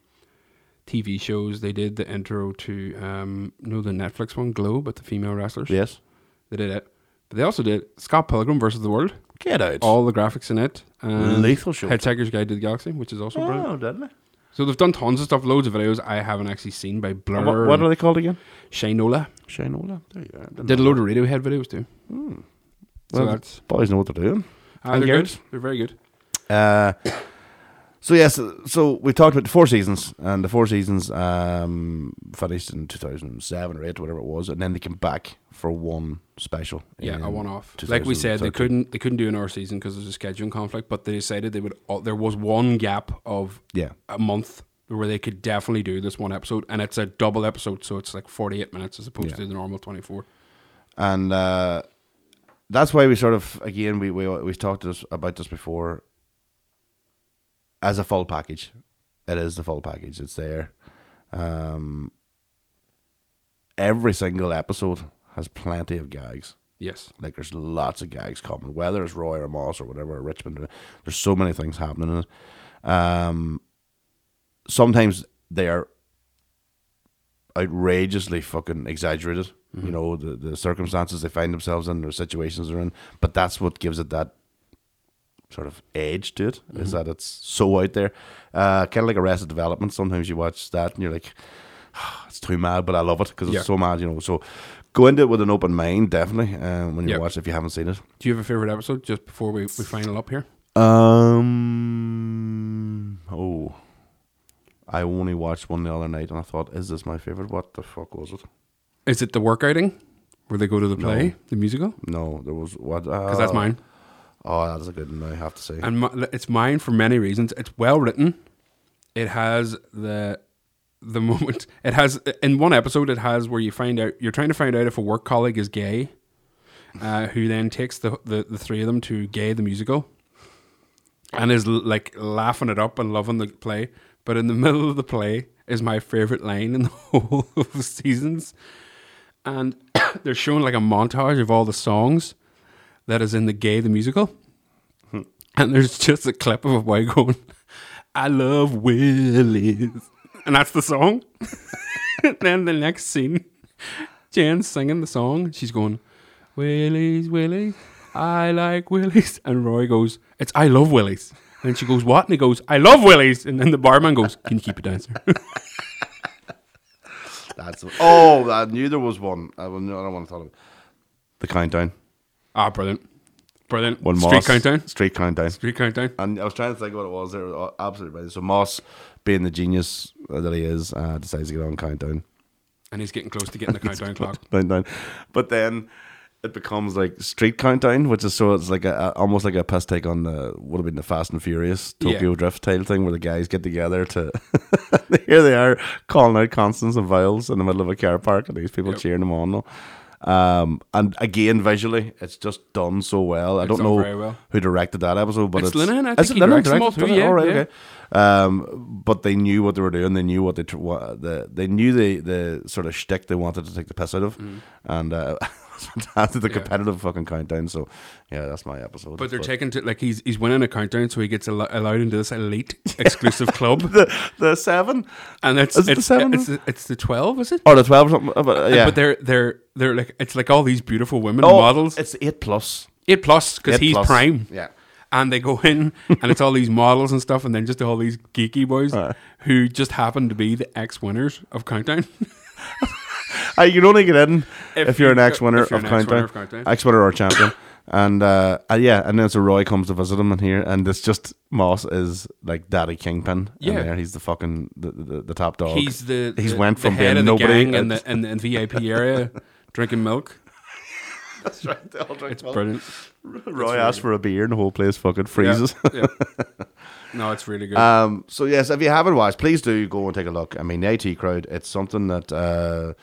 G: TV shows. They did the intro to um, you know the Netflix one, Glow, but the female wrestlers.
F: Yes.
G: they did it. But they also did Scott Pilgrim versus the World.
F: Get out.
G: All the graphics in it. and
F: Lethal Show.
G: Hitchhiker's Guide to the Galaxy, which is also brilliant.
F: Oh, deadly.
G: So they've done tons of stuff, loads of videos I haven't actually seen by Blur.
F: And what- what are they called again?
G: Shinola.
F: Shinola. There you are.
G: Did a load of Radiohead videos too. So
F: Hmm. Well,
G: that's
F: boys know what they're doing.
G: ah,
F: And
G: they're
F: girls.
G: good. They're very good.
F: Uh, So yes, so we talked about the Four Seasons, and the Four Seasons um, finished in two thousand seven or eight, whatever it was, and then they came back for one special.
G: Yeah,
F: in
G: a one-off. Like we said, they
F: 2013.
G: couldn't they couldn't do another season because there's a scheduling conflict. But they decided they would. Uh, there was one gap of
F: Yeah.
G: a month where they could definitely do this one episode, and it's a double episode, so it's like 48 minutes as opposed
F: Yeah.
G: to the normal 24.
F: and uh, that's why we sort of again we we we talked this, about this before. As a full package, it is the full package. It's there. Um, every single episode has plenty of gags.
G: Yes.
F: like there's lots of gags coming. Whether it's Roy or Moss or whatever, or Richmond, uh, there's so many things happening in it. Um, sometimes they are outrageously fucking exaggerated. You know, the, the circumstances they find themselves in, their situations they're in. But that's what gives it that sort of edge to it, is
G: Mhm.
F: that it's so out there. Uh, kind of like Arrested Development. Sometimes you watch that and you're like, "Ah, it's too mad, but I love it because it's
G: Yeah.
F: so mad, you know. So go into it with an open mind, definitely, um, when you
G: Yeah.
F: watch it if you haven't seen it.
G: Do you have a favorite episode just before we, we final up here?
F: Um, oh, I only watched one the other night and I thought, is this my favorite? What the fuck was it?
G: Is it the workouting where they go to the
F: No.
G: play,
F: Uh,
G: the musical?
F: No, there was what?
G: 'Cause that's mine.
F: Oh, that's a good one. I have to say.
G: And my, it's mine for many reasons. It's well written. It has the the moment. It has in one episode. It has where you find out you're trying to find out if a work colleague is gay, uh, who then takes the, the the three of them to Gay the musical, and is l- like laughing it up and loving the play. But in the middle of the play is my favorite line in the whole of the seasons, and they're showing like a montage of all the songs that is in the Gay the musical. And there's just a clip of a boy going, I love Willies. And that's the song. and then the next scene, Jan's singing the song. She's going, Willies, Willies, I like Willies. And Roy goes, It's I love Willies. And she goes, What? And he goes, I love Willies. And then the barman goes, Can you keep it down, sir?
F: That's oh, I knew there was one. I don't want to thought of it. The countdown.
G: ah, brilliant. Brilliant.
F: One
G: Street
F: Moss,
G: countdown.
F: Street countdown.
G: Street countdown.
F: And I was trying to think what it was. There, was absolutely right. So Moss, being the genius that he is, uh, decides to get on countdown.
G: And he's getting close to getting the countdown clock.
F: countdown. But then it becomes like street countdown, which is so it's like a, a- almost like a piss take on the would have been the Fast and Furious Tokyo
G: Yeah.
F: Drift style thing where the guys get together to here they are calling out Constance and Viles in the middle of a car park and these people cheering them on. though. Um, and again, visually, it's just done so well. I
G: It's
F: don't
G: done
F: know
G: very well.
F: who directed that episode, but
G: It's
F: it's,
G: Linan, I
F: is
G: think
F: it
G: he
F: Linan
G: directs them all
F: directed
G: too,
F: it?
G: yeah,
F: Alright,
G: yeah.
F: okay. Um, but they knew what they were doing. They knew what they tr- what the they knew the the sort of shtick they wanted to take the piss out of, and uh, after the
G: Mm. Yeah.
F: competitive fucking countdown. So yeah, that's my episode.
G: But they're taking to like he's he's winning a countdown, so he gets allo- allowed into this elite exclusive club.
F: the the seven,
G: and it's
F: Is it the
G: it's
F: seven?
G: It's, the- it's the twelve, is it?
F: or the twelve or something. uh, but, uh, yeah,
G: But they're they're they're like it's like all these beautiful women
F: Oh,
G: models.
F: It's the eight plus.
G: Eight plus because
F: Eight
G: he's
F: plus.
G: prime.
F: Yeah.
G: And they go in, and it's all these models and stuff, and then just all these geeky boys who just happen to be the ex winners of Countdown.
F: Uh, you can only get in if,
G: If
F: you're
G: you-
F: an ex winner
G: if you're
F: of
G: an ex-winner of
F: countdown,
G: Countdown.
F: ex winner or champion, and uh, uh, yeah, and then so Roy comes to visit him in here, and it's just Moss is like Daddy Kingpin.
G: Yeah.
F: in there he's the fucking the, the, the top dog.
G: he's the
F: he's
G: the-
F: went
G: the
F: from
G: head
F: being
G: of the
F: nobody
G: gang in
F: it's-
G: the in the VIP area drinking milk.
F: That's right. They all drink
G: It's
F: milk.
G: brilliant.
F: Roy asks for a beer, and the whole place fucking
G: Yeah,
F: freezes.
G: yeah. No, it's really good.
F: Um, so yes, if you haven't watched, please do go and take a look. I mean, the IT crowd, it's something that uh,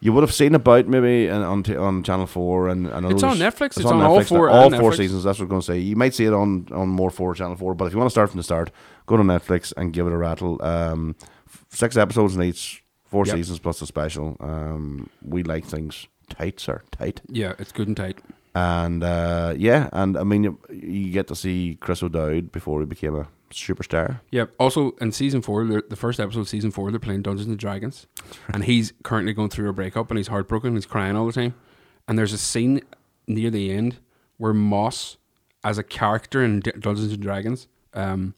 F: you would have seen about maybe on on, t- on Channel Four and, and I know
G: It's on
F: there's-
G: Netflix, it's on all four-
F: all
G: on
F: four
G: Netflix.
F: seasons. That's what I'm going to say. You might see it on on more four Channel Four, but if you want to start from the start, go to Netflix and give it a rattle. Um, f- six episodes in each, four
G: Yep.
F: seasons plus a special. Um, we like things tight, sir, tight.
G: yeah, it's good and tight.
F: And uh, yeah, and I mean, you, you get to see Chris O'Dowd before he became a superstar.
G: Yep. Also, in season four, they're- the first episode of season four, they're playing Dungeons and Dragons, and he's currently going through a breakup, and he's heartbroken, he's crying all the time. And there's a scene near the end where Moss, as a character in D- Dungeons and Dragons, um,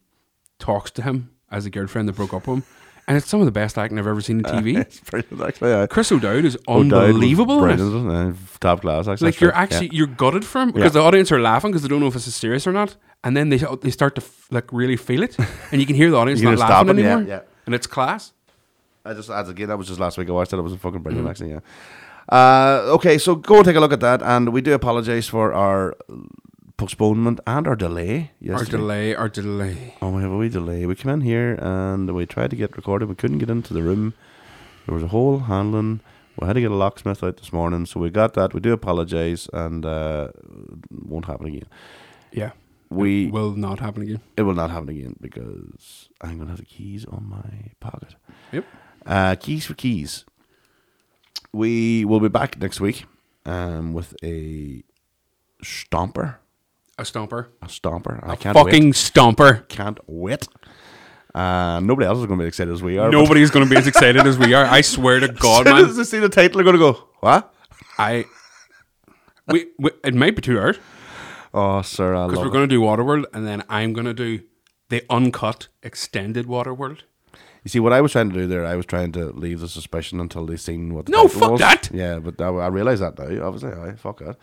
G: talks to him as a girlfriend that broke up with him, and it's some of the best acting I've ever seen on TV.
F: It's pretty actually. Yeah.
G: Chris O'Dowd is
F: O'Dowd was
G: unbelievable. in it.
F: brilliant, wasn't he? Top class, actually.
G: Like you're actually you're gutted for him because
F: Yeah.
G: the audience are laughing because they don't know if this is serious or not, and then they they start to f- like really feel it, and you can hear the audience
F: You can
G: not
F: stop
G: laughing
F: it, yeah,
G: anymore,
F: yeah.
G: and it's class.
F: I just as again that was just last week. I watched it. It was a fucking
G: Mm.
F: brilliant actually. Yeah. Uh, okay, so go and take a look at that, and we do apologize for our postponement and our delay.
G: Our
F: yesterday.
G: delay, our delay.
F: Oh, we have a wee delay. We came in here and we tried to get recorded. We couldn't get into the room. There was a hole handling. We had to get a locksmith out this morning, so we got that. We do apologize, and uh, won't happen again.
G: Yeah.
F: we
G: It will not happen again.
F: It will not happen again because I'm gonna have the keys on my pocket.
G: Yep.
F: Uh, keys for keys. We will be back next week um, with a stomper.
G: A stomper.
F: A stomper. I
G: A
F: can't
G: fucking
F: wait.
G: stomper.
F: Can't wait. Uh, nobody else is going to be excited as we are. but-
G: Nobody's going to be as excited as we are. I swear to God,
F: As soon
G: man.
F: as they see the title, they're going to go, what?
G: I. We, we, it might be two hours
F: Oh, sir, I
G: because
F: love
G: we're going to do Waterworld and then I'm going to do the uncut extended Waterworld.
F: it. You see, what I was trying to do there, I was trying to leave the suspicion until they seen what the
G: No,
F: title
G: fuck
F: was.
G: that.
F: Yeah, but I, I realise that now, obviously. Aye, fuck that.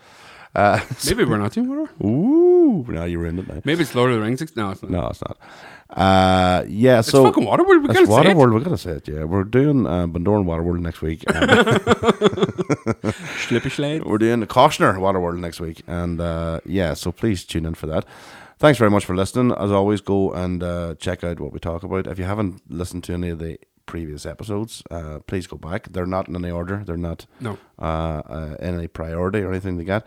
F: Uh,
G: Maybe we're not doing Waterworld.
F: Ooh, now you ruined it now.
G: Maybe it's Lord of the Rings. ex- No, it's not.
F: No, it's not. Uh, yeah,
G: It's
F: so
G: fucking Waterworld, we
F: It's
G: gotta say it.
F: Waterworld. We gotta say it. Yeah, we're doing uh, Bandoran Waterworld next week. Um,
G: Slippy slide.
F: We're doing the Koshner Waterworld next week, and uh, yeah, so please tune in for that. Thanks very much for listening. As always, go and uh, check out what we talk about. If you haven't listened to any of the previous episodes, uh, please go back. They're not in any order. They're not
G: No.
F: uh, uh, in any priority or anything like that.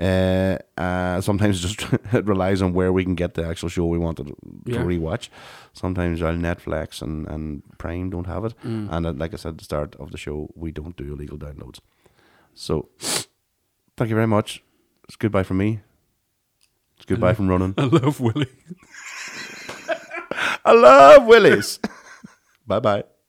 F: Uh, uh, sometimes just it relies on where we can get the actual show we wanted to
G: Yeah.
F: rewatch. Sometimes our Netflix and, and Prime don't have it,
G: Mm.
F: and uh, like I said at the start of the show, we don't do illegal downloads. So, thank you very much. It's goodbye from me. It's goodbye from Ronan.
G: I love Willie.
F: I love Willis. bye bye.